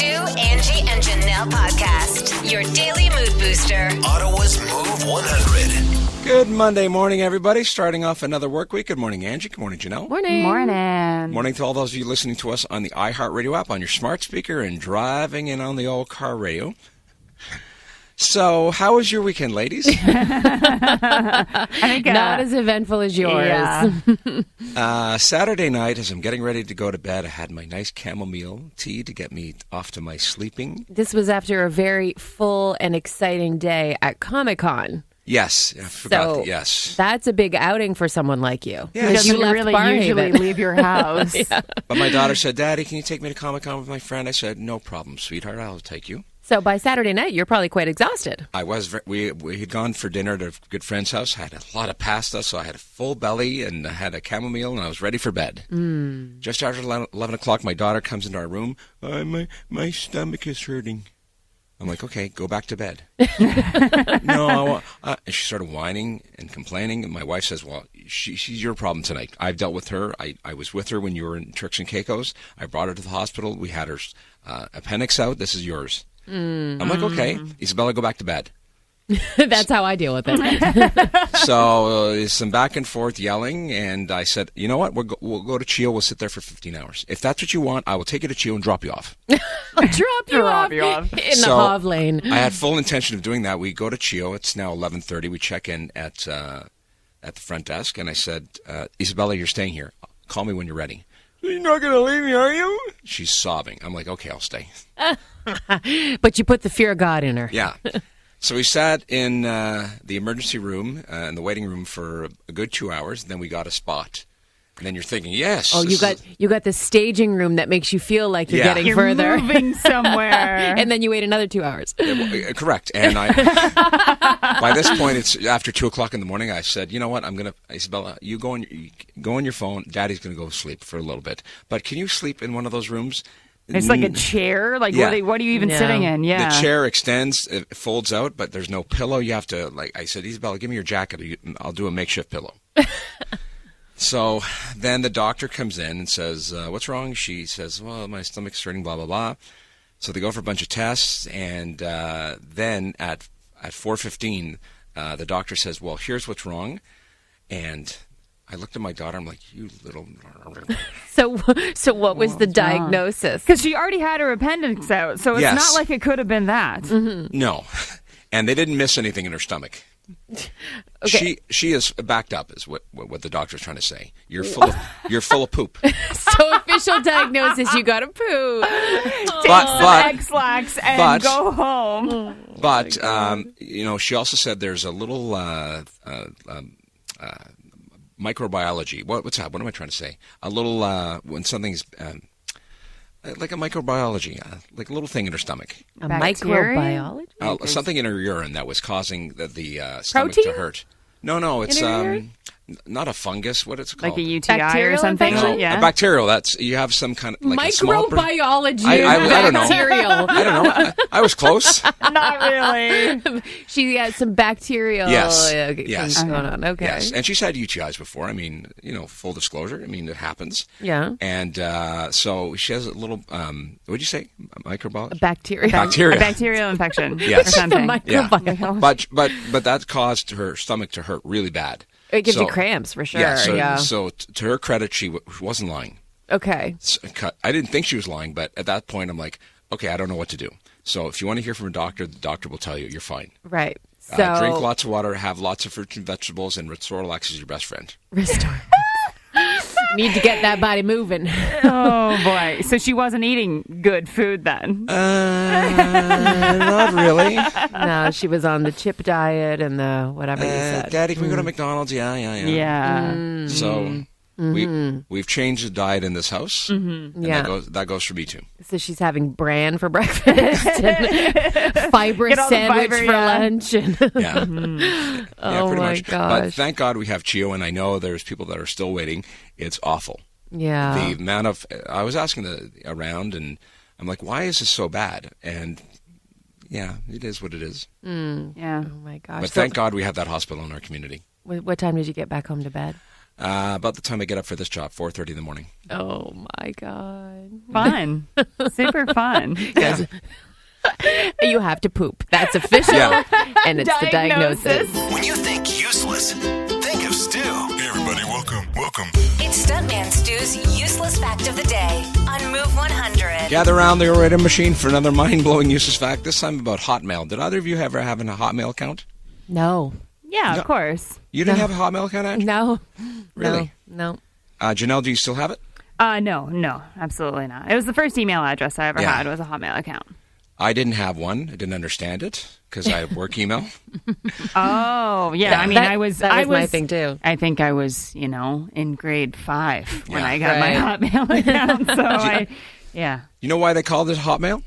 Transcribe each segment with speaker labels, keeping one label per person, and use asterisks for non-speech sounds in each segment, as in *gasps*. Speaker 1: Angie and Janelle podcast, your daily mood booster.
Speaker 2: Ottawa's Move 100.
Speaker 3: Good Monday morning, everybody. Starting off another work week. Good morning, Angie. Good morning, Janelle.
Speaker 4: Morning.
Speaker 5: Morning.
Speaker 3: Morning to all those of you listening to us on the iHeartRadio app, on your smart speaker, and driving in on the old car radio. So, how was your weekend, ladies?
Speaker 5: I think, uh,
Speaker 4: Not as eventful as yours. *laughs*
Speaker 5: yeah.
Speaker 3: uh, Saturday night, as I'm getting ready to go to bed, I had my nice chamomile tea to get me off to my sleeping.
Speaker 4: This was after a very full and exciting day at Comic Con.
Speaker 3: Yes, I forgot.
Speaker 4: So
Speaker 3: that, yes,
Speaker 4: that's a big outing for someone like you.
Speaker 3: Yeah,
Speaker 5: Doesn't
Speaker 4: you left
Speaker 5: really
Speaker 4: Barhaven.
Speaker 5: usually leave your house.
Speaker 3: but my daughter said, "Daddy, can you take me to Comic Con with my friend?" I said, "No problem, sweetheart. I'll take you."
Speaker 4: So by Saturday night, you're probably quite exhausted. *laughs*
Speaker 3: I was ver we we had gone for dinner at a good friend's house. had a lot of pasta, so I had a full belly and I had a chamomile, and I was ready for bed. Mm. Just after ele- eleven o'clock, my daughter comes into our room. Uh, my my stomach is hurting. I'm like, okay, go back to bed. no, I wa- uh, and she started whining and complaining, and my wife says, "Well, she, she's your problem tonight. I've dealt with her. I, I was with her when you were in Turks and Caicos. I brought her to the hospital. We had her uh, appendix out. This is yours." I'm like, okay, Isabella, go back to bed.
Speaker 4: that's how I deal with
Speaker 5: *laughs*
Speaker 4: it.
Speaker 3: so uh, there's some back and forth yelling, and I said, you know what? We'll go, we'll go to Chio. We'll sit there for 15 hours. If that's what you want, I will take you to Chio and drop you
Speaker 4: *laughs*
Speaker 3: off.
Speaker 4: I'll drop you,
Speaker 5: Drop
Speaker 4: off,
Speaker 5: you
Speaker 4: *laughs*
Speaker 5: off.
Speaker 4: in
Speaker 3: So-
Speaker 4: the Hov lane.
Speaker 3: I had full intention of doing that. We go to Chio. It's now 11:30. We check in at uh, at the front desk, and I said, uh, Isabella, you're staying here. Call me when you're ready. You're not going to leave me, are you? She's sobbing. I'm like, okay, I'll stay.
Speaker 4: But you put the fear of God in her. *laughs*
Speaker 3: Yeah. So we sat in uh, the emergency room uh, in the waiting room for a good two hours, and then we got a spot. And then you're thinking, yes.
Speaker 4: Oh,
Speaker 3: this
Speaker 4: you
Speaker 3: is-
Speaker 4: got you got the staging room that makes you feel like you're
Speaker 3: Yeah.
Speaker 4: getting
Speaker 5: *laughs* You're
Speaker 4: further,
Speaker 5: moving somewhere.
Speaker 4: *laughs* and then you wait another two hours.
Speaker 3: Uh, correct. And I, by this point, it's after two o'clock in the morning. I said, you know what? I'm gonna Isabella, you go on, you go on your phone. Daddy's gonna go sleep for a little bit. But can you sleep in one of those rooms?
Speaker 5: it's like a
Speaker 3: Mm,
Speaker 5: chair. Like
Speaker 3: Yeah.
Speaker 5: what, are, what are you even
Speaker 4: No.
Speaker 5: sitting in? Yeah.
Speaker 3: The chair extends, it folds out, but there's no pillow. You have to like I said, Isabella, give me your jacket. or you- I'll do a makeshift pillow. so then the doctor comes in and says, uh, "What's wrong?" She says, "Well, my stomach's hurting." Blah blah blah. So they go for a bunch of tests, and uh, then at at four fifteen, uh, the doctor says, "Well, here's what's wrong," and. I looked at my daughter. I'm like, you little.
Speaker 4: *laughs* So, so what
Speaker 5: Oh,
Speaker 4: was the diagnosis?
Speaker 5: Because she already had her appendix out, so it's
Speaker 3: Yes.
Speaker 5: not like it could have been that.
Speaker 3: No, *laughs* and they didn't miss anything in her stomach. She she is backed up, is what what what the doctor's trying to say. You're full of you're full of poop. But
Speaker 4: So official diagnosis, you got to poo.
Speaker 3: but
Speaker 5: X-Lax and
Speaker 3: but-
Speaker 5: go home.
Speaker 3: but um, you know, she also said there's a little uh, uh, um, uh, microbiology. What what's that? What am I trying to say? A little uh, when something's um, like a microbiology, uh, like a little thing in her stomach.
Speaker 4: A
Speaker 5: Bacteria?
Speaker 4: microbiologist?
Speaker 3: Uh, something in her urine that was causing the, the uh, stomach to
Speaker 4: Protein?
Speaker 3: hurt. No, no, it's
Speaker 4: her
Speaker 3: um,
Speaker 4: urine?
Speaker 3: n- not a fungus. What it's called?
Speaker 5: Like a UTI or
Speaker 4: Bacterial
Speaker 5: something.
Speaker 3: No,
Speaker 4: infection?
Speaker 5: Yeah.
Speaker 3: a bacterial. That's you have some kind of like a small per-
Speaker 4: Microbiology
Speaker 3: I- I- I don't know.
Speaker 4: bacterial.
Speaker 3: I don't know. I, I was
Speaker 4: *laughs*
Speaker 3: close.
Speaker 5: *laughs* not really.
Speaker 4: she had some bacterial
Speaker 3: Yes.
Speaker 4: uh, things
Speaker 3: Yes.
Speaker 4: going on. Okay.
Speaker 3: Yes, and she's had UTIs before. I mean, you know, full disclosure. I mean, it happens.
Speaker 4: Yeah.
Speaker 3: And uh, so she has a little. Um, what'd you say? Microbiology.
Speaker 4: Bacterial.
Speaker 5: A
Speaker 3: Bacteria. *laughs*
Speaker 5: bacterial infection
Speaker 3: Yes.
Speaker 5: or
Speaker 3: The
Speaker 5: something.
Speaker 3: yeah,
Speaker 4: Microbiology.
Speaker 3: but but but that caused her stomach to hurt really bad.
Speaker 4: It gives
Speaker 3: So-
Speaker 4: you cramps for sure.
Speaker 3: Yeah.
Speaker 4: Yeah.
Speaker 3: So, so t- to her credit, she w- wasn't lying.
Speaker 4: okay.
Speaker 3: s- cut. I didn't think she was lying, but at that point, I'm like, okay, I don't know what to do. So if you want to hear from a doctor, the doctor will tell you you're fine.
Speaker 4: Right. So
Speaker 3: Uh, drink lots of water, have lots of fruits and vegetables, and Restoralax is your best friend.
Speaker 4: *laughs* Restore. Need to get that body moving.
Speaker 5: Oh boy! So she wasn't eating good food then.
Speaker 3: Uh. not
Speaker 4: *laughs*
Speaker 3: really. Uh,
Speaker 4: no, she was on the chip diet and the whatever you said.
Speaker 3: Daddy, can we go to McDonald's? Yeah, yeah, yeah.
Speaker 5: yeah.
Speaker 3: Mm. So we we've changed the diet in this house. Mm-hmm. And
Speaker 4: Mm-hmm. Yeah.
Speaker 3: That goes that goes for me
Speaker 4: *laughs*
Speaker 3: too.
Speaker 4: So she's having bran
Speaker 3: *laughs*
Speaker 4: for breakfast, and fiber
Speaker 5: Get all the
Speaker 4: sandwich
Speaker 5: fiber,
Speaker 4: for
Speaker 5: yeah.
Speaker 4: lunch, and
Speaker 3: Yeah. yeah,
Speaker 4: Oh
Speaker 3: pretty
Speaker 4: my
Speaker 3: much. But
Speaker 4: gosh.
Speaker 3: thank God we have Chio, and I know there's people that are still waiting. It's awful. the
Speaker 4: yeah.
Speaker 3: amount of I was asking the around, and I'm like, why is this so bad? And yeah, it is what it is.
Speaker 5: Yeah.
Speaker 4: oh my gosh!
Speaker 3: But
Speaker 4: So
Speaker 3: thank God we have that hospital in our community.
Speaker 4: wh- what time did you get back home to bed?
Speaker 3: uh, about the time I get up for this job, 4.30 in the morning.
Speaker 4: Oh my god.
Speaker 5: Fun. Super fun.
Speaker 3: Yeah.
Speaker 4: *laughs* You have to poop. That's official
Speaker 3: Yeah.
Speaker 4: *laughs* and it's the diagnosis.
Speaker 2: When you think useless, think of Stu. Hey, everybody, welcome, welcome.
Speaker 1: It's Stuntman Stu's useless fact of the day on Move 100.
Speaker 3: Gather around the orator machine for another mind-blowing useless fact, this time about Hotmail. Did either of you ever have a Hotmail account?
Speaker 4: No.
Speaker 5: Yeah, of course.
Speaker 3: You didn't have a Hotmail account, Andrew?
Speaker 4: No.
Speaker 3: Really?
Speaker 4: No. no.
Speaker 3: Uh, Janelle, do you still have it?
Speaker 5: Uh, no, no, absolutely not. It was the first email address I ever
Speaker 3: Yeah.
Speaker 5: had was a Hotmail account.
Speaker 3: I didn't have one. I didn't understand it because I have work email.
Speaker 5: Oh, yeah. I mean,
Speaker 4: That-
Speaker 5: I was.
Speaker 4: that
Speaker 5: I
Speaker 4: was my thing, too.
Speaker 5: I think I was, you know, in grade five when
Speaker 3: Yeah.
Speaker 5: I got
Speaker 4: Right.
Speaker 5: my Hotmail account. So I, yeah,
Speaker 3: You know why they called it Hotmail?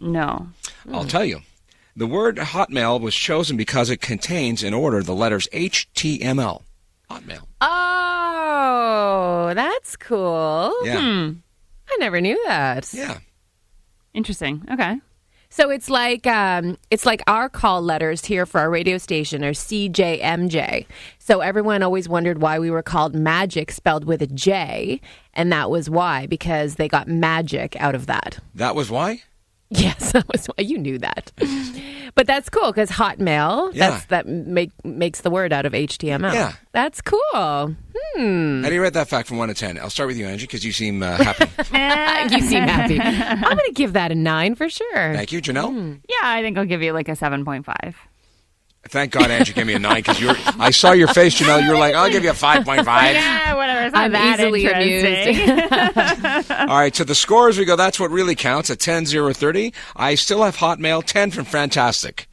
Speaker 5: no.
Speaker 3: I'll tell you. The word Hotmail was chosen because it contains in order the letters HTML. Hotmail.
Speaker 4: Oh, that's cool.
Speaker 3: Yeah.
Speaker 4: I never knew that.
Speaker 3: Yeah.
Speaker 5: Interesting. Okay.
Speaker 4: So it's like um, it's like our call letters here for our radio station are CJMJ. So everyone always wondered why we were called magic spelled with a J, and that was why because they got magic out of that.
Speaker 3: That was why?
Speaker 4: Yes, *laughs* that was why you knew that. But that's cool because Hotmail
Speaker 3: Yeah.
Speaker 4: that's that make makes the word out of HTML.
Speaker 3: Yeah.
Speaker 4: that's cool. *laughs*
Speaker 3: How do you rate that fact from 1 to 10? I'll start with you, Angie, because you seem uh, happy.
Speaker 4: *laughs*
Speaker 5: Eh,
Speaker 4: You seem happy. I'm going to give that a nine for sure.
Speaker 3: Thank you, Janelle.
Speaker 5: yeah, I think I'll give you like a seven point five.
Speaker 3: Thank God Angie gave me a 9 because you're. I saw your face, Janelle. You're like, I'll give you a 5.5.
Speaker 5: *laughs* Yeah, whatever. It's
Speaker 4: I'm easily
Speaker 5: *laughs*
Speaker 4: amused.
Speaker 3: All right, so the scores we go, that's what really counts at 10, 0, 30. I still have Hotmail 10 from Fantastic.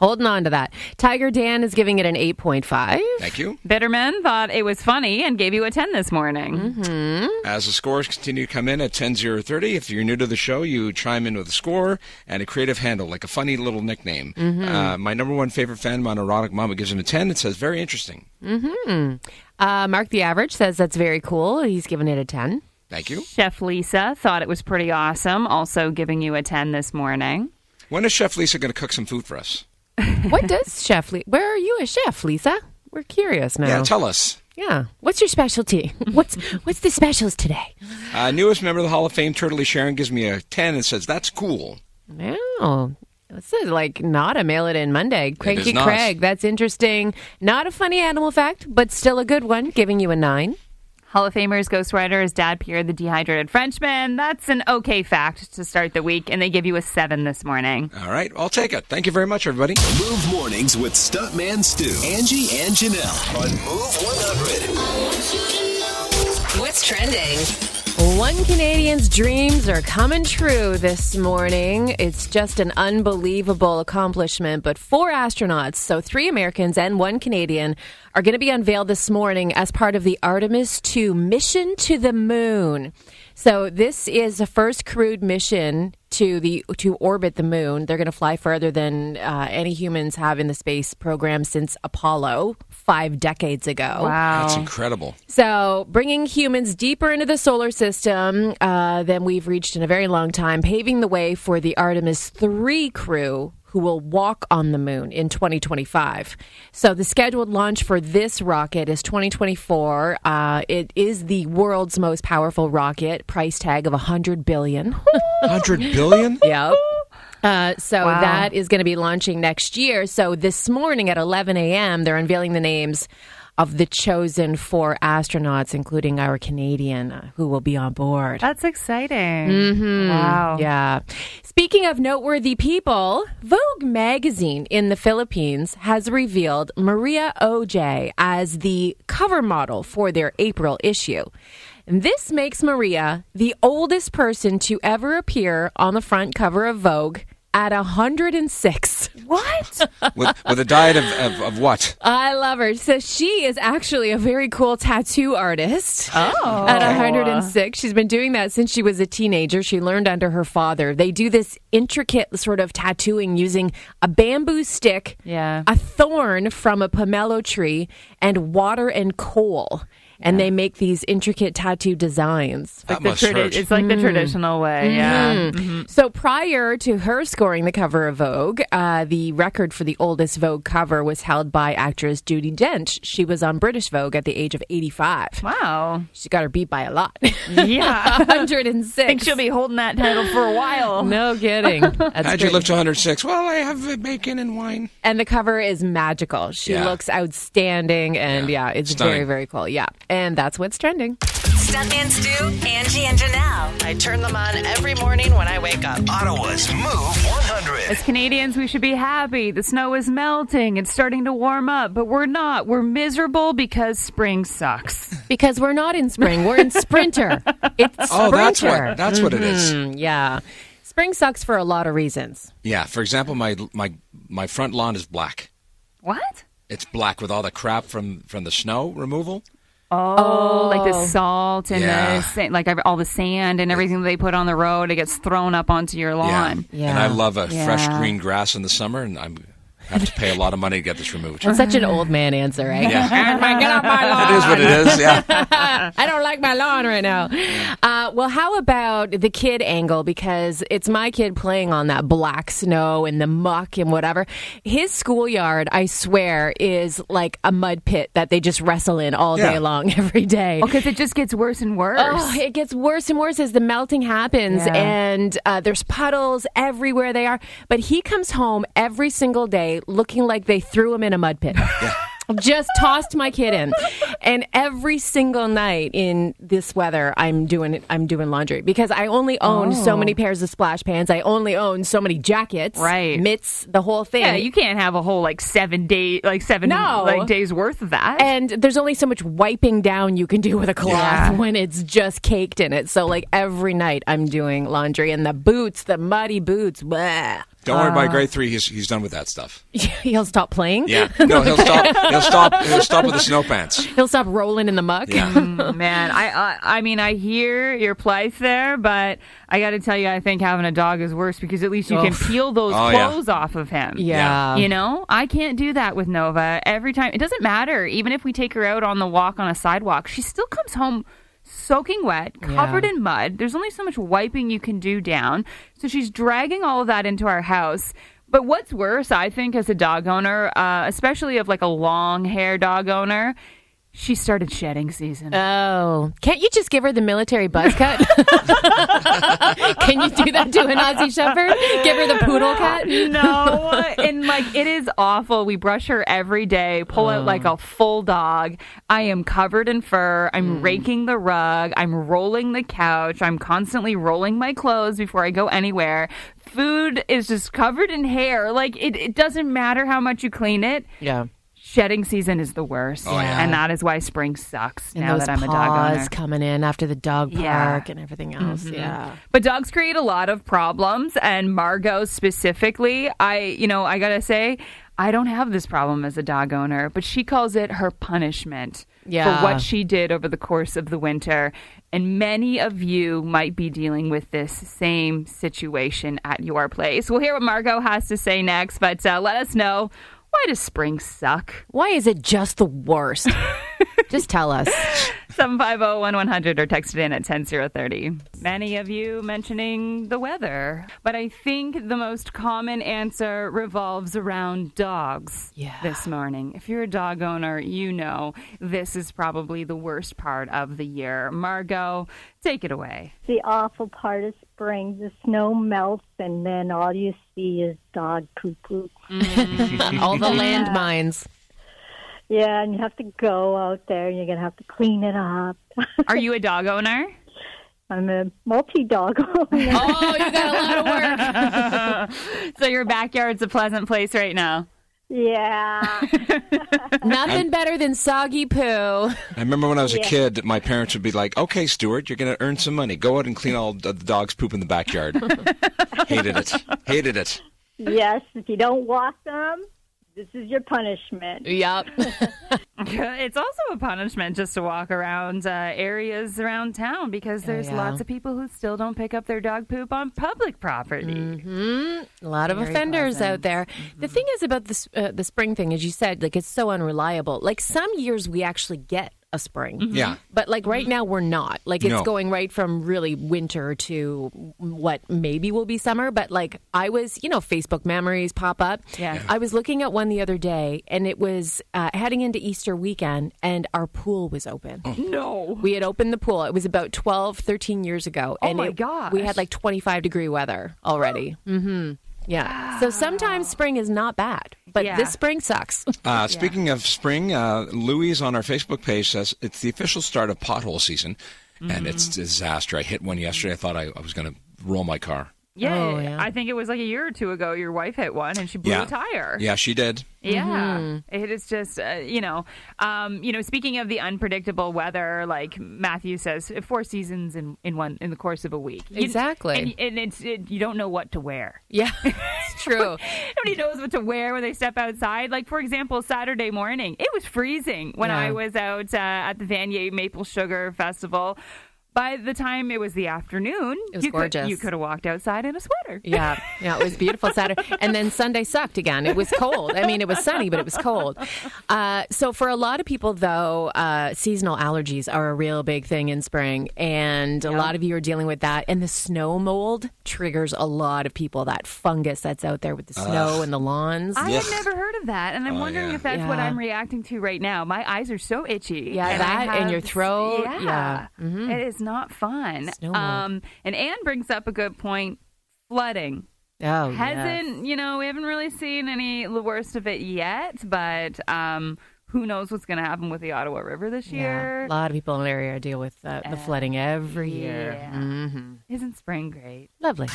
Speaker 4: Holding on to that. Tiger Dan is giving it an 8.5.
Speaker 3: Thank you.
Speaker 5: Bitterman thought it was funny and gave you a ten this morning.
Speaker 3: As the scores continue to come in at 10 0 30, if you're new to the show, you chime in with a score and a creative handle, like a funny little nickname.
Speaker 5: Mm-hmm.
Speaker 3: Uh, my number one favorite fan, my neurotic mama, gives him a 10 and says, Very interesting.
Speaker 4: Uh, Mark the Average says that's very cool. He's giving it a 10.
Speaker 3: Thank you.
Speaker 5: Chef Lisa thought it was pretty awesome, also giving you a ten this morning.
Speaker 3: When is Chef Lisa going to cook some food for us?
Speaker 4: What does Chef Lisa... Where are you a chef, Lisa? We're curious now.
Speaker 3: Yeah, tell us.
Speaker 4: Yeah. What's your specialty? what's what's the specials today?
Speaker 3: Uh, newest member of the Hall of Fame, Turtley Sharon, gives me a 10 and says, That's cool.
Speaker 4: Oh, this is like not a mail it in Monday.
Speaker 3: is
Speaker 4: Cranky
Speaker 3: not.
Speaker 4: Craig, that's interesting. Not a funny animal fact, but still a good one, giving you a 9.
Speaker 5: Hall of Famers ghostwriter is Dad Pierre the Dehydrated Frenchman. That's an okay fact to start the week, and they give you a seven this morning.
Speaker 3: All right, I'll take it. Thank you very much, everybody.
Speaker 2: Move mornings with Stuntman Stu, Angie, and Janelle on Move 100.
Speaker 1: What's trending?
Speaker 4: One Canadian's dreams are coming true this morning. It's just an unbelievable accomplishment. But four astronauts, so three Americans and one Canadian, are going to be unveiled this morning as part of the Artemis 2 mission to the moon. So this is the first crewed mission to the to orbit the moon. They're going to fly further than uh, any humans have in the space program since Apollo five decades ago.
Speaker 3: That's
Speaker 5: Wow.
Speaker 3: incredible.
Speaker 4: So, bringing humans deeper into the solar system uh, than we've reached in a very long time, paving the way for the Artemis 3 crew who will walk on the moon in 2025. So, the scheduled launch for this rocket is 2024. Uh, it is the world's most powerful rocket, price tag of 100 billion. *laughs*
Speaker 3: 100
Speaker 5: *laughs*
Speaker 3: billion?
Speaker 4: Yep. *laughs* Uh, so that is going to be launching next year. So this morning at 11 a.m., they're unveiling the names of the chosen four astronauts, including our Canadian, uh, who will be on board.
Speaker 5: That's exciting. Mm-hmm. Wow.
Speaker 4: Yeah. Speaking of noteworthy people, Vogue magazine in the Philippines has revealed Maria OJ as the cover model for their April issue. This makes Maria the oldest person to ever appear on the front cover of Vogue at 106.
Speaker 5: What?
Speaker 3: with, with a diet of, of, of what?
Speaker 4: I love her. So she is actually a very cool tattoo artist. Oh. At 106. She's been doing that since she was a teenager. She learned under her father. They do this intricate sort of tattooing using a bamboo stick,
Speaker 5: Yeah.
Speaker 4: a thorn from a pomelo tree, and water and coal. and they make these intricate tattoo designs.
Speaker 3: That
Speaker 5: The
Speaker 3: must
Speaker 5: tradi-
Speaker 3: hurt.
Speaker 5: it's like the traditional way. Yeah.
Speaker 4: Mm-hmm. So prior to her scoring the cover of Vogue, uh, the record for the oldest Vogue cover was held by actress Judy Dench. She was on British Vogue at the age of 85.
Speaker 5: Wow.
Speaker 4: She got her beat by a lot. *laughs*
Speaker 5: Yeah. *laughs* I
Speaker 4: 106.
Speaker 5: think she'll be holding that title for a while.
Speaker 4: No kidding. That's
Speaker 3: How'd you
Speaker 4: great.
Speaker 3: live to 106? Well, I have uh, bacon and wine.
Speaker 4: and the cover is magical. She
Speaker 3: Yeah.
Speaker 4: looks outstanding, and yeah,
Speaker 3: Yeah.
Speaker 4: it's
Speaker 3: Stunning.
Speaker 4: very, very cool. Yeah, and that's what's trending.
Speaker 1: Stuntman Stu, Angie, and Janelle.
Speaker 6: I turn them on every morning when I wake up.
Speaker 2: Ottawa's Move 100.
Speaker 5: As Canadians, we should be happy. The snow is melting. It's starting to warm up, but we're not. We're miserable because spring sucks.
Speaker 4: Because we're not in spring, we're in sprinter. It's
Speaker 3: *laughs*
Speaker 4: sprinter.
Speaker 3: Oh, that's what that's what it is.
Speaker 4: Mm, yeah, spring sucks for a lot of reasons.
Speaker 3: Yeah. For example, my my my front lawn is black.
Speaker 5: What?
Speaker 3: It's black with all the crap from from the snow removal.
Speaker 5: Oh, like the salt and
Speaker 3: Yeah.
Speaker 5: the sa- like ev- all the sand and everything that they put on the road, it gets thrown up onto your lawn.
Speaker 3: Yeah. And I
Speaker 4: Yeah.
Speaker 3: love a fresh
Speaker 5: Yeah.
Speaker 3: green grass in the summer, and I'm I have to pay a lot of money to get this *laughs* removed.
Speaker 4: It's such an old man answer, right? *laughs*
Speaker 3: Yeah.
Speaker 4: Get off my lawn.
Speaker 3: it is what it is. Yeah.
Speaker 4: I don't like my lawn right now. Uh, well, how about the kid angle? Because it's my kid playing on that black snow and the muck and whatever. His schoolyard, I swear, is like a mud pit that they just wrestle in all
Speaker 3: Yeah.
Speaker 4: day long *laughs* every day.
Speaker 5: Because it just gets worse and worse.
Speaker 4: Oh, it gets worse and worse as the melting happens,
Speaker 5: Yeah.
Speaker 4: and uh, there's puddles everywhere they are. But he comes home every single day looking like they threw him in a mud pit. Just tossed my kid in, and every single night in this weather, I'm doing I'm doing laundry because I only own
Speaker 5: Oh.
Speaker 4: so many pairs of splash pants. I only own so many jackets,
Speaker 5: Right.
Speaker 4: Mitts, the whole thing.
Speaker 5: yeah, you can't have a whole like seven day, like seven
Speaker 4: No.
Speaker 5: like days worth of that.
Speaker 4: And there's only so much wiping down you can do with a cloth
Speaker 5: Yeah.
Speaker 4: *laughs* when it's just caked in it. So like every night I'm doing laundry and the boots, the muddy boots, bleh.
Speaker 3: *laughs*
Speaker 4: *laughs*
Speaker 3: Don't worry. By grade three, he's he's done with that stuff.
Speaker 4: he'll stop playing.
Speaker 3: Yeah. No, he'll stop. He'll stop. He'll stop with the snow pants.
Speaker 4: He'll stop rolling in the muck.
Speaker 3: *laughs* Yeah.
Speaker 5: *laughs* Man, I, I I mean, I hear your plight there, but I got to tell you, I think having a dog is worse because at least you can peel those
Speaker 3: Oh, yeah.
Speaker 5: clothes off of him.
Speaker 4: *laughs* Yeah.
Speaker 5: You know, I can't do that with Nova. Every time, it doesn't matter. Even if we take her out on the walk on a sidewalk, she still comes home soaking wet, covered in mud. There's only so much wiping you can do down. So she's dragging all of that into our house. But what's worse, I think, as a dog owner, uh, especially of like a long hair dog owner, she started shedding season.
Speaker 4: Oh, can't you just give her the military buzz cut? *laughs* Can you do that to an Aussie Shepherd? Give her the poodle cut?
Speaker 5: no, and like it is awful. We brush her every day, pull out like a full dog. I am covered in fur. I'm raking the rug. I'm rolling the couch. I'm constantly rolling my clothes before I go anywhere. Food is just covered in hair. Like it, it doesn't matter how much you clean it.
Speaker 4: Yeah.
Speaker 5: Shedding season is the worst,
Speaker 4: yeah.
Speaker 5: and that is why spring sucks.
Speaker 4: And
Speaker 5: now
Speaker 4: those
Speaker 5: that I'm a dog
Speaker 4: paws
Speaker 5: owner,
Speaker 4: coming in after the dog park
Speaker 5: Yeah.
Speaker 4: and everything else. Yeah.
Speaker 5: But dogs create a lot of problems, and Margot specifically, I, you know, I gotta say, I don't have this problem as a dog owner, but she calls it her punishment
Speaker 4: Yeah.
Speaker 5: for what she did over the course of the winter. And many of you might be dealing with this same situation at your place. We'll hear what Margot has to say next, but uh, let us know why does spring suck?
Speaker 4: Why is it just the worst? *laughs* just tell us.
Speaker 5: 750-1100 or text it in at 10030. Many of you mentioning the weather, but I think the most common answer revolves around dogs
Speaker 4: Yeah.
Speaker 5: this morning. If you're a dog owner, you know this is probably the worst part of the year. Margot, take it away.
Speaker 7: the awful part of spring. The snow melts, and then all you see is dog poo poo.
Speaker 4: All *laughs* the landmines.
Speaker 7: Yeah, and you have to go out there, and you're gonna have to clean it up.
Speaker 5: Are you a dog owner?
Speaker 7: I'm a multi dog *laughs* owner.
Speaker 4: Oh, you *laughs* got a lot of work.
Speaker 5: So your backyard's a pleasant place right now.
Speaker 7: yeah,
Speaker 4: Nothing better than soggy poo.
Speaker 3: I remember when I was a kid, my parents would be like, "Okay, Stuart, you're going to earn some money. Go out and clean all the the dog's poop in the *laughs* backyard." Hated it. Hated it.
Speaker 7: yes. If you don't walk them, this is your punishment.
Speaker 4: Yep.
Speaker 5: *laughs* it's also a punishment just to walk around uh, areas around town because there's
Speaker 4: Oh, yeah.
Speaker 5: lots of people who still don't pick up their dog poop on public property.
Speaker 4: Mm. Oh, A lot of
Speaker 5: Very
Speaker 4: offenders
Speaker 5: pleasant. Mm-hmm.
Speaker 4: out there. The thing is about this uh, the spring thing, as you said, like it's so unreliable. Like some years we actually get a spring,
Speaker 5: Mm-hmm.
Speaker 3: Yeah.
Speaker 4: but like right now we're not. Like it's
Speaker 3: No.
Speaker 4: going right from really winter to what maybe will be summer. But like I was, you know, Facebook memories pop up.
Speaker 5: Yeah. Yeah.
Speaker 4: I was looking at one the other day, and it was uh, heading into Easter weekend, and our pool was open.
Speaker 3: Oh.
Speaker 5: No.
Speaker 4: We had opened the pool. It was about 12, 13 years ago.
Speaker 5: Oh
Speaker 4: and
Speaker 5: my
Speaker 4: it-
Speaker 5: gosh.
Speaker 4: We had like 25 degree weather
Speaker 5: *gasps*
Speaker 4: already. hmm Yeah. So sometimes spring is not bad, but
Speaker 5: Yeah.
Speaker 4: this spring sucks. *laughs*
Speaker 3: Uh, speaking of spring, uh, Louise on our Facebook page says it's the official start of pothole season, and it's
Speaker 5: Mm-hmm.
Speaker 3: disaster. I hit one yesterday. I thought I, I was going to roll my car.
Speaker 5: Yeah,
Speaker 4: Oh, yeah.
Speaker 5: I think it was like a year or two ago. Your wife hit one and she blew a tire.
Speaker 3: Yeah, she did.
Speaker 5: Yeah,
Speaker 4: Mm-hmm.
Speaker 5: it is just uh, you know, um, you know. Speaking of the unpredictable weather, like Matthew says, four seasons in, in one in the course of a week. You-
Speaker 4: Exactly.
Speaker 5: and, and it's it, you don't know what to wear.
Speaker 4: yeah, it's true.
Speaker 5: Nobody knows what to wear when they step outside. Like for example, Saturday morning, it was freezing when
Speaker 4: Yeah.
Speaker 5: I was out uh, at the Vanier Maple Sugar Festival. By the time it was the afternoon,
Speaker 4: It was
Speaker 5: you
Speaker 4: gorgeous.
Speaker 5: Could, you could have walked outside in a sweater.
Speaker 4: Yeah, yeah, it was beautiful Saturday, and then Sunday sucked again. It was cold. I mean, it was sunny, but it was cold. Uh, so for a lot of people, though, uh, seasonal allergies are a real big thing in spring, and a lot of you are dealing with that. And the snow mold triggers a lot of people. That fungus that's out there with the snow and the lawns.
Speaker 5: I
Speaker 3: Ugh.
Speaker 5: had never heard of that, and I'm wondering
Speaker 3: yeah.
Speaker 5: if that's what
Speaker 4: Yeah.
Speaker 5: I'm reacting to right now. My eyes are so itchy.
Speaker 4: Yeah,
Speaker 5: and I
Speaker 4: that and your throat,
Speaker 5: Yeah,
Speaker 4: yeah. Mm-hmm.
Speaker 5: It is not fun.
Speaker 4: Snow mold.
Speaker 5: Um, and Anne brings up a good point: flooding.
Speaker 4: oh,
Speaker 5: Hasn't you know? We haven't really seen any the worst of it yet, but um, who knows what's going to happen with the Ottawa River this
Speaker 4: Yeah,
Speaker 5: year?
Speaker 4: a lot of people in the area deal with uh, the flooding every year. Mm.
Speaker 5: Yeah. Isn't spring great?
Speaker 4: Lovely.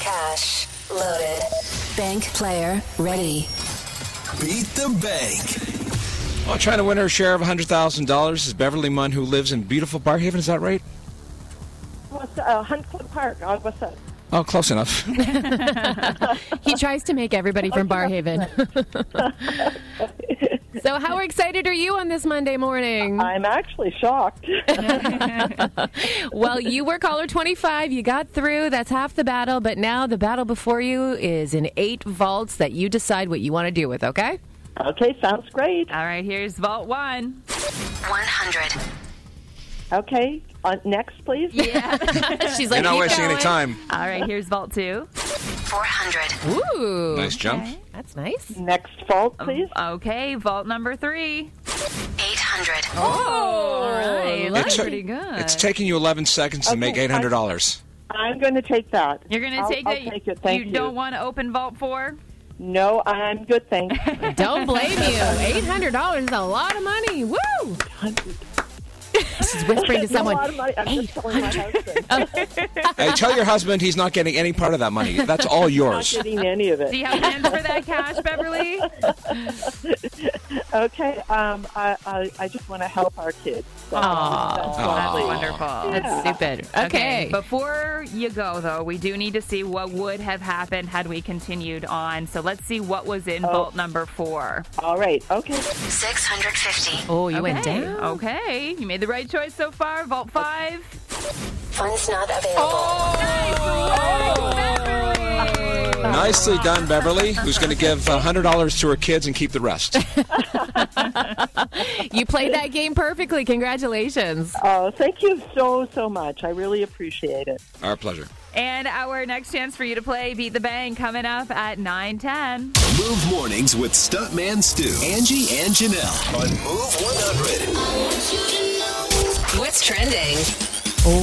Speaker 1: Cash loaded. Bank player ready.
Speaker 2: Beat the bank.
Speaker 3: Well, trying to win her share of $100,000 is Beverly Munn, who lives in beautiful Barhaven. Is that right?
Speaker 8: What's uh, Hunt Club Park? On what's up?
Speaker 3: Oh, close enough.
Speaker 4: He tries to make everybody from Barhaven. *laughs* so, how excited are you on this Monday morning?
Speaker 8: I'm actually shocked.
Speaker 4: Well, you were caller 25. You got through. That's half the battle. But now the battle before you is in eight vaults that you decide what you want to do with, okay?
Speaker 8: okay, sounds great.
Speaker 5: All right, here's Vault One.
Speaker 1: 100.
Speaker 8: Okay, uh, next, please.
Speaker 4: She's
Speaker 3: You're
Speaker 4: like,
Speaker 3: not
Speaker 4: "Keep
Speaker 3: wasting any
Speaker 4: going."
Speaker 3: time.
Speaker 5: All right, here's Vault Two.
Speaker 1: 400.
Speaker 4: Ooh.
Speaker 3: Nice jump.
Speaker 4: That's nice.
Speaker 8: Next fault, please.
Speaker 5: uh, Okay, Vault number three.
Speaker 1: 800.
Speaker 5: All
Speaker 8: Oh,
Speaker 5: right,
Speaker 4: It
Speaker 5: that's
Speaker 3: took-
Speaker 5: pretty good.
Speaker 3: It's taking you 11 seconds to
Speaker 8: Okay,
Speaker 3: make
Speaker 8: I-
Speaker 3: $800.
Speaker 8: I'm going to take that.
Speaker 5: You're gonna
Speaker 8: I'll-
Speaker 5: take
Speaker 8: I'll
Speaker 5: that.
Speaker 8: take it, thank you.
Speaker 5: don't want to open vault four.
Speaker 8: No, I'm good, thanks.
Speaker 4: Don't blame you. $800 is a lot of money. Woo! She's whispering to
Speaker 8: No,
Speaker 4: someone.
Speaker 8: I'm, not- I'm just telling my husband. I'm
Speaker 3: hey, tell your husband he's not getting any part of that money. That's all
Speaker 8: not
Speaker 3: yours.
Speaker 8: getting any of
Speaker 5: Do
Speaker 8: it.
Speaker 5: you have plans for that cash,
Speaker 8: *laughs*
Speaker 5: Beverly?
Speaker 8: Okay, um, I, I, I just want to help our kids. So that's all
Speaker 5: That's
Speaker 8: please.
Speaker 3: Ah.
Speaker 5: wonderful.
Speaker 4: That's stupid. Okay.
Speaker 5: Before you go, though, we do need to see what would have happened had we continued on. So let's see what was in
Speaker 4: Oh.
Speaker 5: vault number four.
Speaker 8: All right, okay.
Speaker 1: 650.
Speaker 4: Oh, you went
Speaker 5: Okay,
Speaker 4: down. Oh.
Speaker 5: Okay, you made the right choice so far. Vault five.
Speaker 1: Funds not available.
Speaker 3: Nicely done, Beverly, who's going to give $100 to her kids and keep the rest.
Speaker 4: You played that game perfectly. Congratulations.
Speaker 8: Oh, thank you so, so much. I really appreciate it.
Speaker 3: Our pleasure.
Speaker 5: And our next chance for you to play Beat the Bang coming up at nine ten.
Speaker 2: Move mornings with Stuntman Stu, Angie, and Janelle on Move 100.
Speaker 1: What's trending?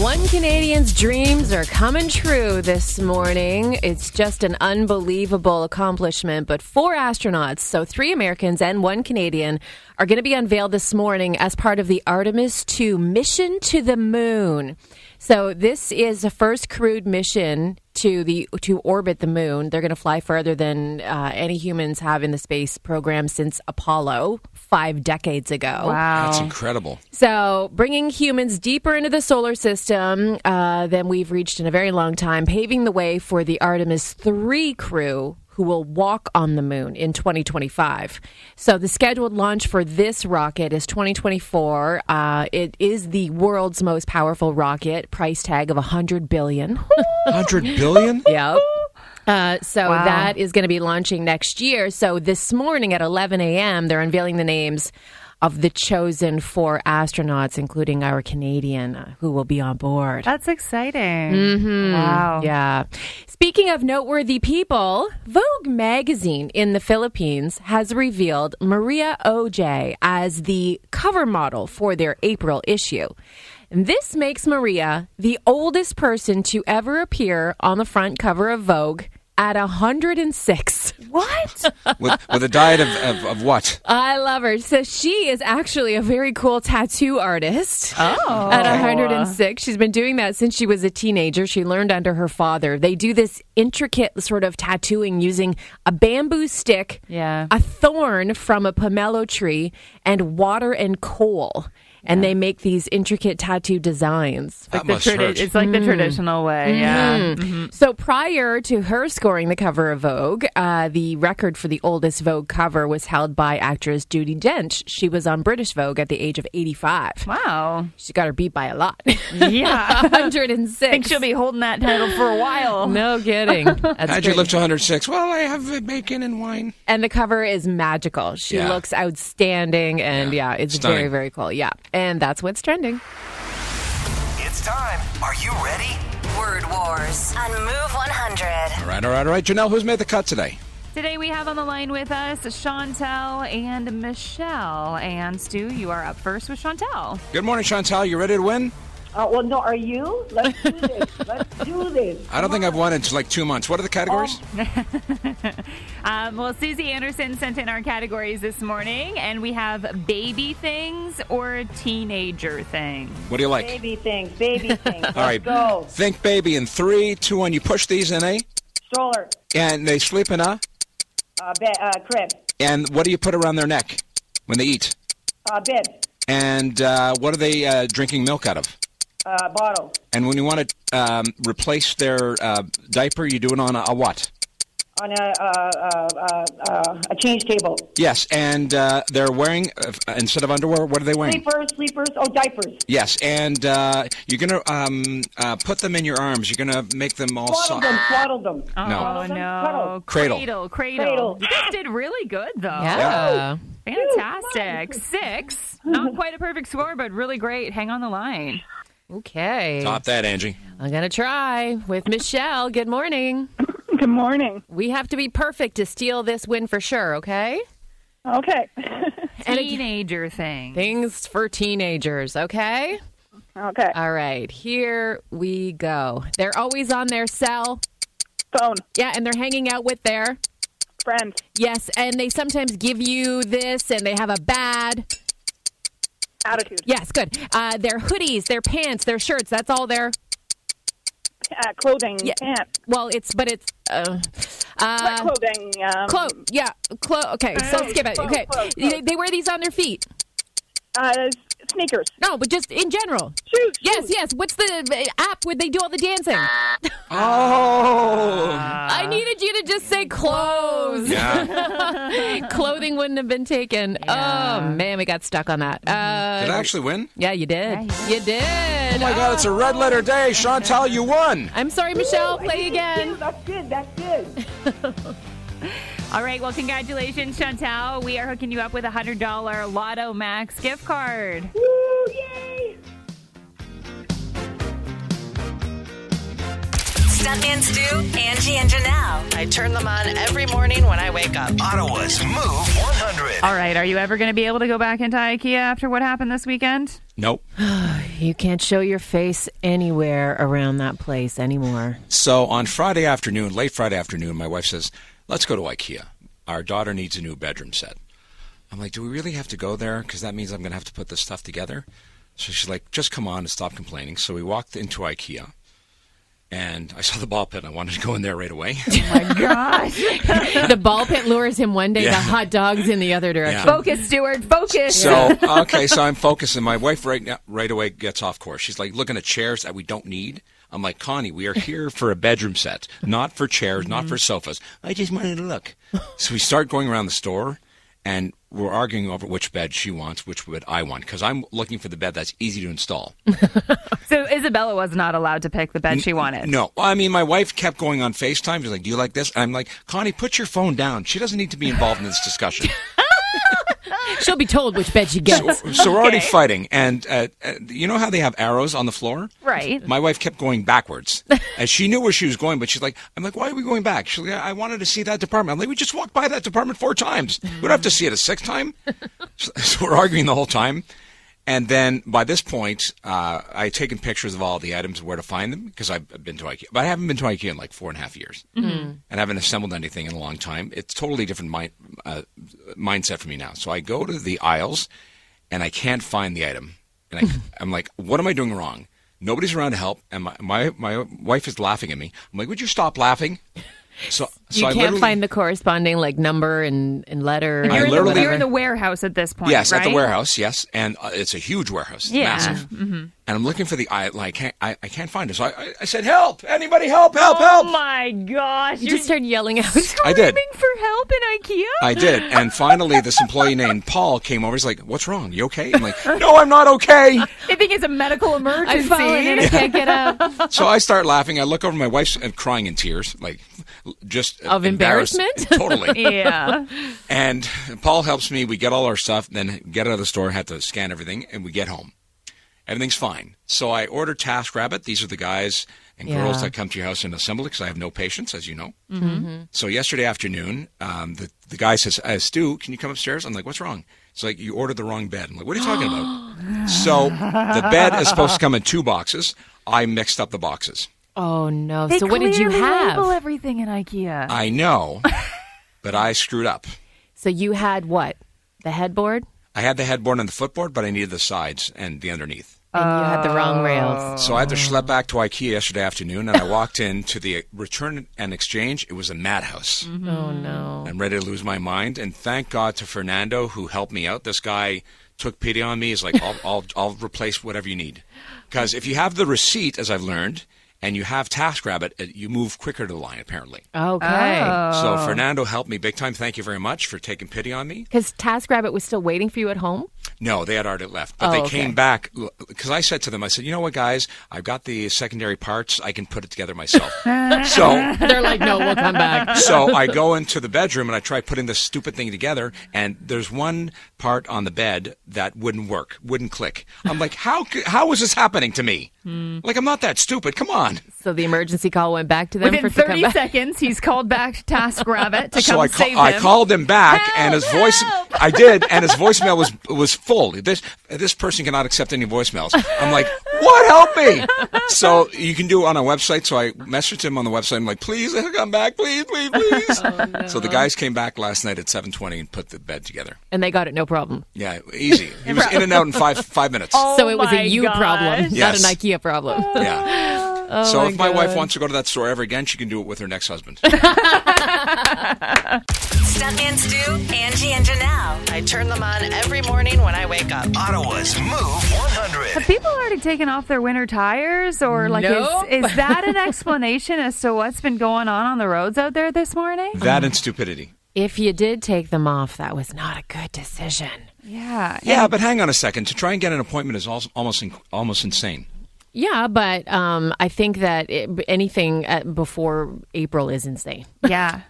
Speaker 4: One Canadian's dreams are coming true this morning. It's just an unbelievable accomplishment. But four astronauts, so three Americans and one Canadian, are going to be unveiled this morning as part of the Artemis 2 mission to the moon. So this is the first crewed mission to the to orbit the moon. They're going to fly further than uh, any humans have in the space program since Apollo five decades ago.
Speaker 3: That's incredible.
Speaker 4: So, bringing humans deeper into the solar system uh, than we've reached in a very long time, paving the way for the Artemis 3 crew who will walk on the moon in 2025. So the scheduled launch for this rocket is 2024. Uh, it is the world's most powerful rocket, price tag of 100 billion. *laughs*
Speaker 3: 100 billion?
Speaker 4: Yep. *laughs* Uh, so that is going to be launching next year. So this morning at 11 a.m., they're unveiling the names of the chosen four astronauts, including our Canadian, uh, who will be on board.
Speaker 5: That's exciting. Mm-hmm. Wow.
Speaker 4: Yeah. Speaking of noteworthy people, Vogue magazine in the Philippines has revealed Maria OJ as the cover model for their April issue. And This makes Maria the oldest person to ever appear on the front cover of Vogue at 106.
Speaker 5: What?
Speaker 3: *laughs* With, with a diet of, of, of what?
Speaker 4: I love her. So she is actually a very cool tattoo artist. Oh. At 106. She's been doing that since she was a teenager. She learned under her father. They do this intricate sort of tattooing using a bamboo stick,
Speaker 5: Yeah.
Speaker 4: a thorn from a pomelo tree, and water and coal. And they make these intricate tattoo designs.
Speaker 3: That
Speaker 5: the
Speaker 3: must
Speaker 5: tradi-
Speaker 3: hurt.
Speaker 5: It's like
Speaker 4: Mm.
Speaker 5: the traditional way. Yeah.
Speaker 4: Mm-hmm. So prior to her scoring the cover of Vogue, uh, the record for the oldest Vogue cover was held by actress Judy Dench. She was on British Vogue at the age of 85. *laughs*
Speaker 5: Wow.
Speaker 4: She got her beat by a lot. *laughs*
Speaker 5: Yeah. I
Speaker 4: 106.
Speaker 5: think she'll be holding that title for a while.
Speaker 4: No *laughs* kidding. That's
Speaker 3: How'd you
Speaker 4: great.
Speaker 3: live to 106? Well, I have uh, bacon and wine.
Speaker 4: and the cover is magical. She
Speaker 3: Yeah.
Speaker 4: looks outstanding, and yeah,
Speaker 3: Yeah.
Speaker 4: it's
Speaker 3: Stunning.
Speaker 4: very, very cool. Yeah, and that's what's trending.
Speaker 2: It's time. Are you ready?
Speaker 1: Word Wars on Move 100.
Speaker 3: All right, all right, all right. Janelle, who's made the cut today?
Speaker 5: Today we have on the line with us Chantel and Michelle. And Stu, you are up first with Chantel.
Speaker 3: Good morning, Chantal. You ready to win?
Speaker 8: Uh, well, no, are you? Let's do this. Let's do this.
Speaker 3: I don't think I've won in like two months. What are the categories?
Speaker 5: Um, well, Susie Anderson sent in our categories this morning, and we have baby things or teenager things.
Speaker 3: what do you like?
Speaker 8: Baby things, baby things. Let's
Speaker 3: All right.
Speaker 8: go.
Speaker 3: Think baby in three, two, one. You push these in a,
Speaker 8: Stroller,
Speaker 3: and they sleep in a.
Speaker 8: uh, be- uh, crib,
Speaker 3: And what do you put around their neck when they eat?
Speaker 8: uh, bib,
Speaker 3: And uh, what are they uh, drinking milk out of?
Speaker 8: uh, bottle,
Speaker 3: And when you want to um, replace their uh, diaper, you do it on a, a what?
Speaker 8: on a, uh, uh, uh, uh, a change table.
Speaker 3: Yes, and uh, they're wearing uh, instead of underwear. What are they wearing?
Speaker 8: Sleepers, sleepers, oh, diapers.
Speaker 3: Yes, and uh, you're gonna um, uh, put them in your arms. You're gonna make them all soft.
Speaker 8: Swaddled them, swaddled them.
Speaker 5: Oh,
Speaker 3: No.
Speaker 5: no.
Speaker 3: Cradle.
Speaker 5: Cradle. Cradle.
Speaker 8: Cradle.
Speaker 5: You guys did really good, though.
Speaker 4: Yeah.
Speaker 5: Fantastic. Six. Not quite a perfect score, but really great. Hang on the line.
Speaker 4: Okay.
Speaker 3: Stop that, Angie.
Speaker 4: I'm gonna try with Michelle. Good morning.
Speaker 9: Good morning.
Speaker 4: We have to be perfect to steal this win for sure. Okay.
Speaker 9: Okay.
Speaker 5: Teenager thing.
Speaker 4: Things for teenagers, okay?
Speaker 9: okay.
Speaker 4: All right, here we go. They're always on their cell.
Speaker 9: Phone.
Speaker 4: Yeah, and they're hanging out with their.
Speaker 9: Friend.
Speaker 4: Yes, and they sometimes give you this and they have a bad.
Speaker 9: Attitude.
Speaker 4: Yes, good. Uh, their hoodies, their pants, their shirts, that's all their.
Speaker 9: Uh, clothing.
Speaker 4: Yeah.
Speaker 9: Pants.
Speaker 4: Well, it's, but it's. Uh,
Speaker 9: Wet
Speaker 4: uh,
Speaker 9: clothing. Um,
Speaker 4: clo- yeah, clo- okay, so skip it.
Speaker 9: clo-
Speaker 4: Okay.
Speaker 9: clo- clo-
Speaker 4: They, they wear these on their feet.
Speaker 9: uh, sneakers.
Speaker 4: No, but just in general.
Speaker 9: Shoes.
Speaker 4: Yes, yes. What's the uh, app where they do all the dancing?
Speaker 9: Uh.
Speaker 3: Oh,
Speaker 4: I needed you to just say clothes.
Speaker 3: yeah.
Speaker 4: *laughs* clothing wouldn't have been taken. Oh man, we got stuck on that.
Speaker 3: Did I
Speaker 4: Uh,
Speaker 3: actually win?
Speaker 4: yeah, you did. You did.
Speaker 3: Oh my God, it's a red letter day, Chantal. You won.
Speaker 4: I'm sorry, Michelle. Play again.
Speaker 8: That's good, that's good.
Speaker 5: All right. Well, congratulations, Chantel. We are hooking you up with a $100 Lotto Max gift card.
Speaker 1: Stuntman Stu, Angie, and Janelle.
Speaker 6: I turn them on every morning when I wake up.
Speaker 2: Ottawa's Move 100.
Speaker 5: All right. Are you ever going to be able to go back into IKEA after what happened this weekend?
Speaker 3: Nope.
Speaker 4: You can't show your face anywhere around that place anymore.
Speaker 3: So on Friday afternoon, late Friday afternoon, my wife says, "Let's go to IKEA. Our daughter needs a new bedroom set." I'm like, "Do we really have to go there? Because that means I'm going to have to put this stuff together." So she's like, "Just come on and stop complaining." So we walked into IKEA, and I saw the ball pit. and I wanted to go in there right away.
Speaker 4: *laughs* the ball pit lures him one day, the
Speaker 3: Yeah.
Speaker 4: hot dogs in the other direction.
Speaker 5: *laughs* Focus, Stewart. Focus.
Speaker 3: So *laughs* okay, so I'm focusing. My wife right now, right away gets off course. She's like looking at chairs that we don't need. I'm like, Connie, we are here for a bedroom set, not for chairs, not for sofas. I just wanted to look. So we start going around the store and we're arguing over which bed she wants, which bed I want, because I'm looking for the bed that's easy to install.
Speaker 5: So Isabella was not allowed to pick the bed she wanted.
Speaker 3: No, Well, I mean, my wife kept going on FaceTime. She's like, "Do you like this?" And I'm like, "Connie, put your phone down. She doesn't need to be involved in this discussion."
Speaker 10: She'll be told which bed she
Speaker 3: so,
Speaker 4: *laughs*
Speaker 10: gets.
Speaker 3: so we're already fighting, and uh, uh, you know how they have arrows on the floor,
Speaker 5: Right.
Speaker 3: My wife kept going backwards, and she knew where she was going, but she's like, "I'm like, why are we going back?" She's like, "I I wanted to see that department." I'm like, "We just walked by that department four times. We don't have to see it a sixth time." so, *laughs* so we're arguing the whole time. And then by this point, uh, I had taken pictures of all the items, where to find them, because I've been to IKEA. But I haven't been to IKEA in like four and a half years,
Speaker 4: Mm-hmm.
Speaker 3: mm and haven't assembled anything in a long time. It's totally different mind, uh, mindset for me now. So I go to the aisles, and I can't find the item, and
Speaker 4: *laughs*
Speaker 3: I, I'm like, "What am I doing wrong?" Nobody's around to help, and my my, my wife is laughing at me. I'm like, "Would you stop
Speaker 4: *laughs*
Speaker 3: laughing?" So, so
Speaker 4: You
Speaker 3: I
Speaker 4: can't
Speaker 3: literally-
Speaker 4: find the corresponding like number and, and letter.
Speaker 5: And
Speaker 3: I
Speaker 5: you're, in
Speaker 3: literally-
Speaker 5: the, you're in the warehouse at this point.
Speaker 3: Yes, at
Speaker 5: right?
Speaker 3: the warehouse. Yes, and uh, it's a huge warehouse. It's
Speaker 5: Yeah. Mm-hmm.
Speaker 3: massive. And I'm looking for the I like can't, I, I can't find it. So I, I, I said, "Help! Anybody, help! Help! Help!"
Speaker 5: Oh my gosh!
Speaker 4: You
Speaker 5: you're
Speaker 4: just started yelling out.
Speaker 3: I did.
Speaker 5: screaming for help in IKEA.
Speaker 3: I did. And finally, this employee named Paul came over. He's like, "What's wrong? You okay?" I'm like, "No, I'm not okay."
Speaker 5: I think it's a medical emergency.
Speaker 4: I've fallen and I can't get up.
Speaker 3: So I start laughing. I look over. My wife's uh, crying in tears, like just uh,
Speaker 4: Of
Speaker 3: embarrassed-
Speaker 4: embarrassment?
Speaker 3: Totally.
Speaker 5: *laughs* *laughs* yeah.
Speaker 3: And Paul helps me. We get all our stuff, then get out of the store, have to scan everything, and we get home. Everything's fine. So I order TaskRabbit. These are the guys and girls
Speaker 4: Yeah.
Speaker 3: that come to your house and assemble because I have no patience, as you know. Mm-hmm. So yesterday afternoon, um, the, the guy says, uh, Stu, can you come upstairs? I'm like, what's wrong? It's like, you ordered the wrong bed. I'm like, what are you talking about? so the bed is supposed to come in two boxes. I mixed up the boxes.
Speaker 4: *laughs* Oh no! so what did you
Speaker 5: clearly Label
Speaker 4: have?
Speaker 5: everything in IKEA.
Speaker 3: I know, but I screwed up.
Speaker 4: So you had what? The headboard,
Speaker 3: I had the headboard and the footboard, but I needed the sides and the underneath.
Speaker 4: and you had the wrong rails.
Speaker 3: So I had to schlep back to IKEA yesterday afternoon, and I walked into the return and exchange. It was a madhouse.
Speaker 4: Oh no!
Speaker 3: I'm ready to lose my mind, and thank God to Fernando who helped me out. This guy took pity on me. He's like, "I'll, I'll, I'll replace whatever you need," because if you have the receipt, as I've learned, and you have TaskRabbit, uh, you move quicker to the line apparently.
Speaker 4: Oh. Okay.
Speaker 3: So Fernando helped me big time. Thank you very much for taking pity on me.
Speaker 4: Because TaskRabbit was still waiting for you at home.
Speaker 3: No, they had already left, but
Speaker 4: Oh,
Speaker 3: they
Speaker 4: okay.
Speaker 3: came back because I said to them, I said, you know what, guys, I've got the secondary parts. I can put it together myself. so,
Speaker 10: They're like, no, we'll come
Speaker 4: *laughs*
Speaker 10: back.
Speaker 3: so I go into the bedroom and I try putting this stupid thing together. And there's one part on the bed that wouldn't work, wouldn't click. I'm like, how, c- how is this happening to me? Like, I'm not that stupid. Come on.
Speaker 4: So the emergency call went back to them
Speaker 5: Within
Speaker 4: for it to come
Speaker 5: 30
Speaker 4: back.
Speaker 5: seconds, he's called back to Task Rabbit
Speaker 3: *laughs*
Speaker 5: to
Speaker 3: so
Speaker 5: come
Speaker 3: I, ca-
Speaker 5: save
Speaker 3: I
Speaker 5: him.
Speaker 3: called him back,
Speaker 5: Help,
Speaker 3: and his voice.
Speaker 5: help.
Speaker 3: I did, and his voicemail was was full. This this person cannot accept any voicemails. I'm like, what? Help me! So you can do it on our website. So I messaged him on the website. I'm like, please come back, please,
Speaker 5: *laughs*
Speaker 3: please,
Speaker 5: Oh,
Speaker 3: please. So the guys came back last night at 7:20 and put the bed together.
Speaker 4: and they got it no problem.
Speaker 3: Yeah,
Speaker 5: *laughs*
Speaker 3: easy. He was in and out in five five minutes.
Speaker 5: Oh.
Speaker 4: so it was
Speaker 5: my
Speaker 4: a you
Speaker 5: gosh.
Speaker 4: problem,
Speaker 3: Yes.
Speaker 4: not an IKEA problem.
Speaker 3: Yeah.
Speaker 5: Oh,
Speaker 3: so
Speaker 4: my
Speaker 3: if my wife
Speaker 4: God.
Speaker 3: wants to go to that store ever again, she can do it with her next husband.
Speaker 1: Stuntman Stu, Angie, and Janelle.
Speaker 6: I turn them on every morning when I wake up.
Speaker 2: Ottawa's Move 100.
Speaker 5: People already taken off their winter tires, or like,
Speaker 4: Nope.
Speaker 5: is, is that *laughs* an explanation as to what's been going on on the roads out there this morning?
Speaker 3: that and stupidity.
Speaker 4: *laughs* If you did take them off, that was not a good decision.
Speaker 5: Yeah.
Speaker 3: Yeah, but hang on a second. To try and get an appointment is also, almost in, almost insane.
Speaker 4: Yeah, but um, I think that it, anything uh before April is insane.
Speaker 5: Yeah.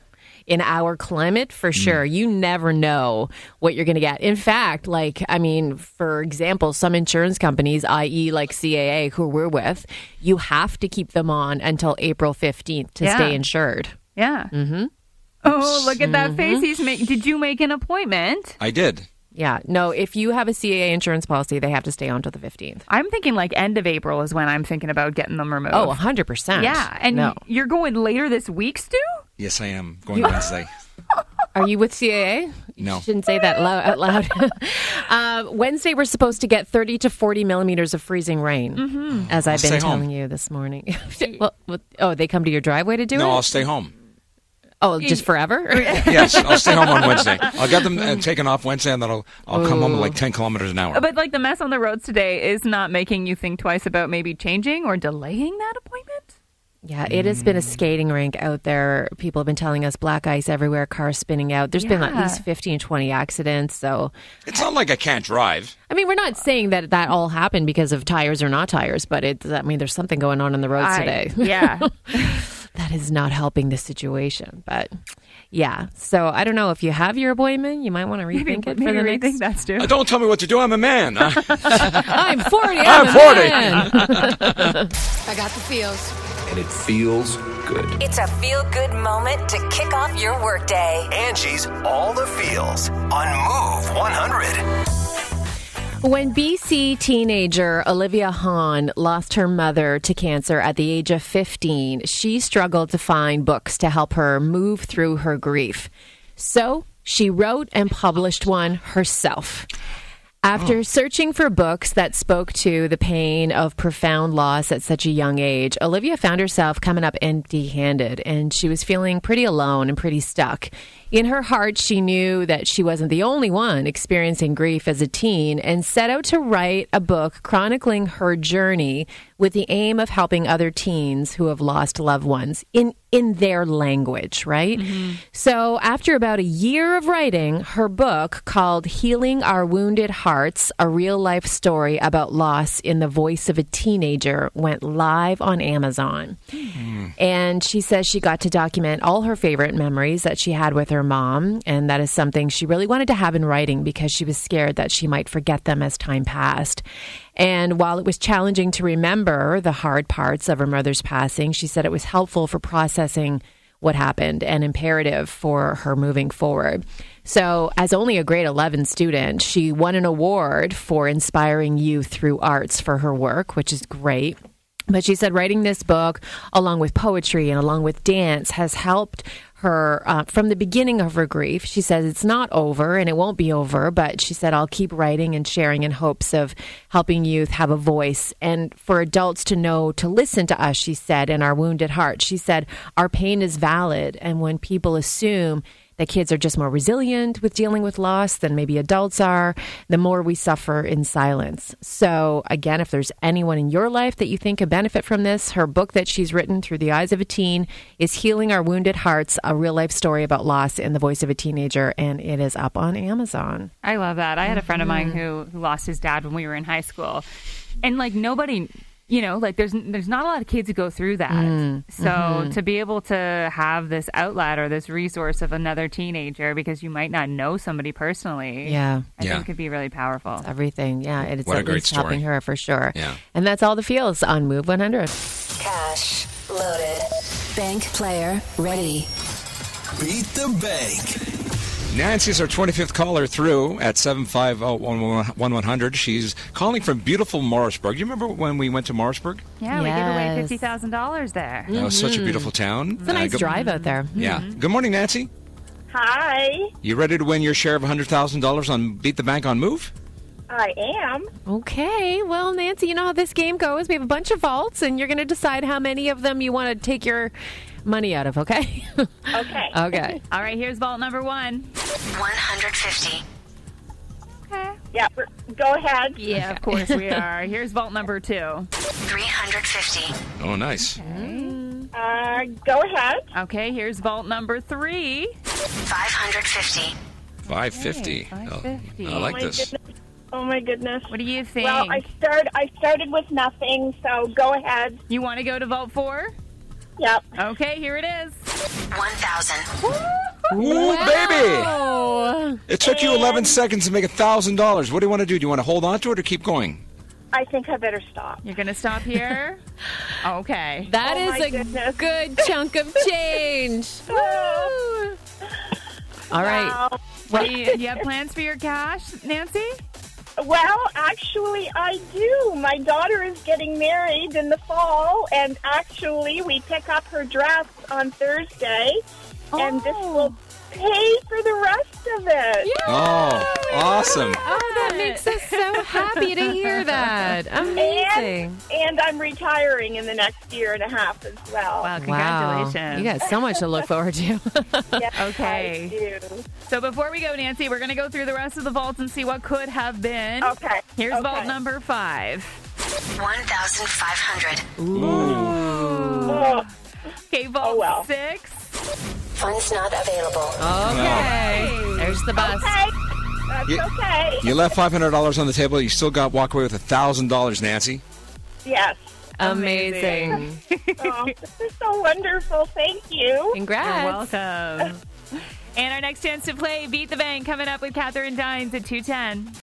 Speaker 4: in our climate for
Speaker 5: Mm.
Speaker 4: sure. You never know what you're going to get. In fact, like, I mean, for example, some insurance companies, i.e., like CAA, who we're with, you have to keep them on until April 15th to
Speaker 5: Yeah.
Speaker 4: stay insured.
Speaker 5: Yeah. Mm-hmm. Oh, look at that face he's making. Did you make an appointment?
Speaker 3: I did.
Speaker 4: Yeah. No, if you have a CAA insurance policy, they have to stay on till the 15th.
Speaker 5: I'm thinking like end of April is when I'm thinking about getting them removed.
Speaker 4: Oh, 100%.
Speaker 5: yeah. And
Speaker 4: no.
Speaker 5: you're going later this week, Stu?
Speaker 3: Yes, I am going
Speaker 4: *laughs*
Speaker 3: Wednesday.
Speaker 4: Are you with CAA?
Speaker 3: No.
Speaker 4: Shouldn't say that loud, out loud. *laughs* uh, Wednesday, we're supposed to get 30 to 40 millimeters of freezing rain, as
Speaker 3: Mm-hmm.
Speaker 4: I've
Speaker 3: stay
Speaker 4: been
Speaker 3: home.
Speaker 4: telling you
Speaker 3: *laughs*
Speaker 4: this morning. *laughs* well, well, oh, they come to your driveway to do
Speaker 3: No,
Speaker 4: it?
Speaker 3: I'll stay home.
Speaker 4: Oh, just
Speaker 3: *laughs*
Speaker 4: forever?
Speaker 3: Yes, I'll stay home on Wednesday. I'll get them uh, taken off Wednesday, and then I'll I'll come home at like ten kilometers an hour.
Speaker 5: But like the mess on the roads today is not making you think twice about maybe changing or delaying that appointment?
Speaker 4: *laughs* Yeah, it has been a skating rink out there. People have been telling us black ice everywhere, cars spinning out. There's been at
Speaker 5: Yeah.
Speaker 4: least 15, 20 accidents. So,
Speaker 3: It's not like I can't drive.
Speaker 4: I mean, we're not saying that that all happened because of tires or not tires, but it, I mean, there's something going on in the roads
Speaker 5: I-
Speaker 4: today.
Speaker 5: *laughs*
Speaker 4: *laughs*
Speaker 5: yeah.
Speaker 4: that is not helping the situation. But yeah, so I don't know if you have your appointment, you might want to
Speaker 5: Maybe,
Speaker 4: rethink it
Speaker 5: maybe
Speaker 4: for the next.
Speaker 5: rethink that, Stu.
Speaker 3: Uh, Don't tell me what to do. I'm a man.
Speaker 4: *laughs*
Speaker 3: Uh,
Speaker 4: I'm 40.
Speaker 3: I'm
Speaker 4: a
Speaker 3: 40.
Speaker 4: man.
Speaker 1: I got the feels.
Speaker 2: And it feels good.
Speaker 1: It's a feel good moment to kick off your workday.
Speaker 2: Angie's All the Feels on Move 100.
Speaker 4: When BC teenager Olivia Hahn lost her mother to cancer at the age of 15, she struggled to find books to help her move through her grief. So she wrote and published one herself. After searching for books that spoke to the pain of profound loss at such a young age, Olivia found herself coming up empty handed and she was feeling pretty alone and pretty stuck. In her heart, she knew that she wasn't the only one experiencing grief as a teen and set out to write a book chronicling her journey with the aim of helping other teens who have lost loved ones in, in their language, right? So, after about a year of writing, her book called Healing Our Wounded Hearts A Real Life Story About Loss in the Voice of a Teenager went live on Amazon. And she says she got to document all her favorite memories that she had with her mom. And that is something she really wanted to have in writing because she was scared that she might forget them as time passed. And while it was challenging to remember the hard parts of her mother's passing, she said it was helpful for processing what happened and imperative for her moving forward. So, as only a grade 11 student, she won an award for inspiring youth through arts for her work, which is great. But she said writing this book, along with poetry and along with dance, has helped her uh, from the beginning of her grief. She says it's not over and it won't be over, but she said, I'll keep writing and sharing in hopes of helping youth have a voice and for adults to know to listen to us, she said, and our wounded heart. She said, Our pain is valid. And when people assume, that kids are just more resilient with dealing with loss than maybe adults are, the more we suffer in silence. So, again, if there's anyone in your life that you think could benefit from this, her book that she's written through the eyes of a teen is Healing Our Wounded Hearts, a real life story about loss in the voice of a teenager, and it is up on Amazon.
Speaker 5: I love that. I had a friend of mine who, who lost his dad when we were in high school, and like nobody, you know, like there's there's not a lot of kids who go through that.
Speaker 4: Mm.
Speaker 5: So
Speaker 4: Mm-hmm.
Speaker 5: to be able to have this outlet or this resource of another teenager because you might not know somebody personally,
Speaker 4: Yeah.
Speaker 5: I
Speaker 3: Yeah.
Speaker 5: think could be really powerful.
Speaker 4: Everything. Yeah, it is
Speaker 3: What a
Speaker 4: at
Speaker 3: great
Speaker 4: least
Speaker 3: story.
Speaker 4: helping her for sure.
Speaker 3: Yeah.
Speaker 4: And that's all the feels on Move 100.
Speaker 1: Cash loaded. Bank player ready.
Speaker 2: Beat the bank.
Speaker 3: Nancy's our 25th caller through at 750-1100. She's calling from beautiful Morrisburg. You remember when we went to Morrisburg?
Speaker 5: Yeah, we gave away
Speaker 4: Yes.
Speaker 5: fifty thousand dollars there.
Speaker 3: That was such a beautiful town.
Speaker 4: Mm-hmm.
Speaker 3: Uh,
Speaker 4: It's a nice
Speaker 3: good-
Speaker 4: drive Mm-hmm. out there.
Speaker 3: Yeah. Good morning, Nancy.
Speaker 9: Hi,
Speaker 3: You ready to win your share of $100,000 on Beat the Bank on Move?
Speaker 9: I am.
Speaker 4: Okay, well, Nancy, you know how this game goes. We have a bunch of vaults, and you're going to decide how many of them you want to take your money out of. Okay.
Speaker 9: Okay.
Speaker 4: *laughs* okay.
Speaker 5: All right, here's vault number one.
Speaker 1: 150.
Speaker 5: Okay.
Speaker 9: Yeah, r- go ahead.
Speaker 5: Yeah, of course we are. Here's vault number two.
Speaker 1: 350.
Speaker 3: Oh, nice.
Speaker 9: Uh, go ahead.
Speaker 5: Okay, here's vault number three.
Speaker 1: 550.
Speaker 3: 550.
Speaker 5: Okay,
Speaker 3: Oh,
Speaker 5: 550.
Speaker 3: I like
Speaker 9: my
Speaker 3: this.
Speaker 9: goodness. Oh my goodness.
Speaker 5: What do you think?
Speaker 9: Well, Oh, I started. I started with nothing, so go ahead.
Speaker 5: You want to go to vault four?
Speaker 9: Yep.
Speaker 5: Okay, here it is.
Speaker 1: 1000.
Speaker 3: Ooh, baby!
Speaker 4: Oh,
Speaker 3: It took you 11 seconds to make $1,000. What do you want to do? Do you want to hold on to it or keep going?
Speaker 9: I think I better stop.
Speaker 5: You're gonna
Speaker 4: *laughs*
Speaker 5: stop here. okay.
Speaker 4: that
Speaker 9: Oh,
Speaker 4: is
Speaker 9: my
Speaker 4: a
Speaker 9: goodness.
Speaker 4: good chunk of change.
Speaker 9: *laughs*
Speaker 4: Woo! All right.
Speaker 9: Wow.
Speaker 5: What do you, do you have plans for your cash, Nancy?
Speaker 9: Well, actually, I do. My daughter is getting married in the fall, and actually, we pick up her dress on Thursday, and this
Speaker 5: Oh.
Speaker 9: will pay for the rest of it.
Speaker 3: Oh, awesome.
Speaker 4: Oh, that makes us so happy to hear that. Amazing.
Speaker 9: *laughs* And, and I'm retiring in the next year and a half as well.
Speaker 5: Wow,
Speaker 4: Wow.
Speaker 5: congratulations.
Speaker 4: You got so much to look forward to. *laughs*
Speaker 9: Yes,
Speaker 5: Okay.
Speaker 9: I do.
Speaker 5: So before we go, Nancy, we're gonna go through the rest of the vaults and see what could have been.
Speaker 9: Okay.
Speaker 5: Here's
Speaker 9: okay.
Speaker 5: vault number five.
Speaker 1: 1500.
Speaker 3: Ooh.
Speaker 9: Oh,
Speaker 5: Okay, ball six.
Speaker 1: Funds not available.
Speaker 3: Okay.
Speaker 4: There's the bus.
Speaker 8: Okay. That's
Speaker 3: You-
Speaker 8: okay.
Speaker 3: You left five hundred dollars on the table. You still got walk away with thousand dollars, Nancy.
Speaker 8: Yes.
Speaker 4: Amazing.
Speaker 8: Oh, this is so wonderful. Thank you.
Speaker 4: Congrats.
Speaker 5: welcome. and our next chance to play Beat the Bank coming up with Catherine Dines at 210.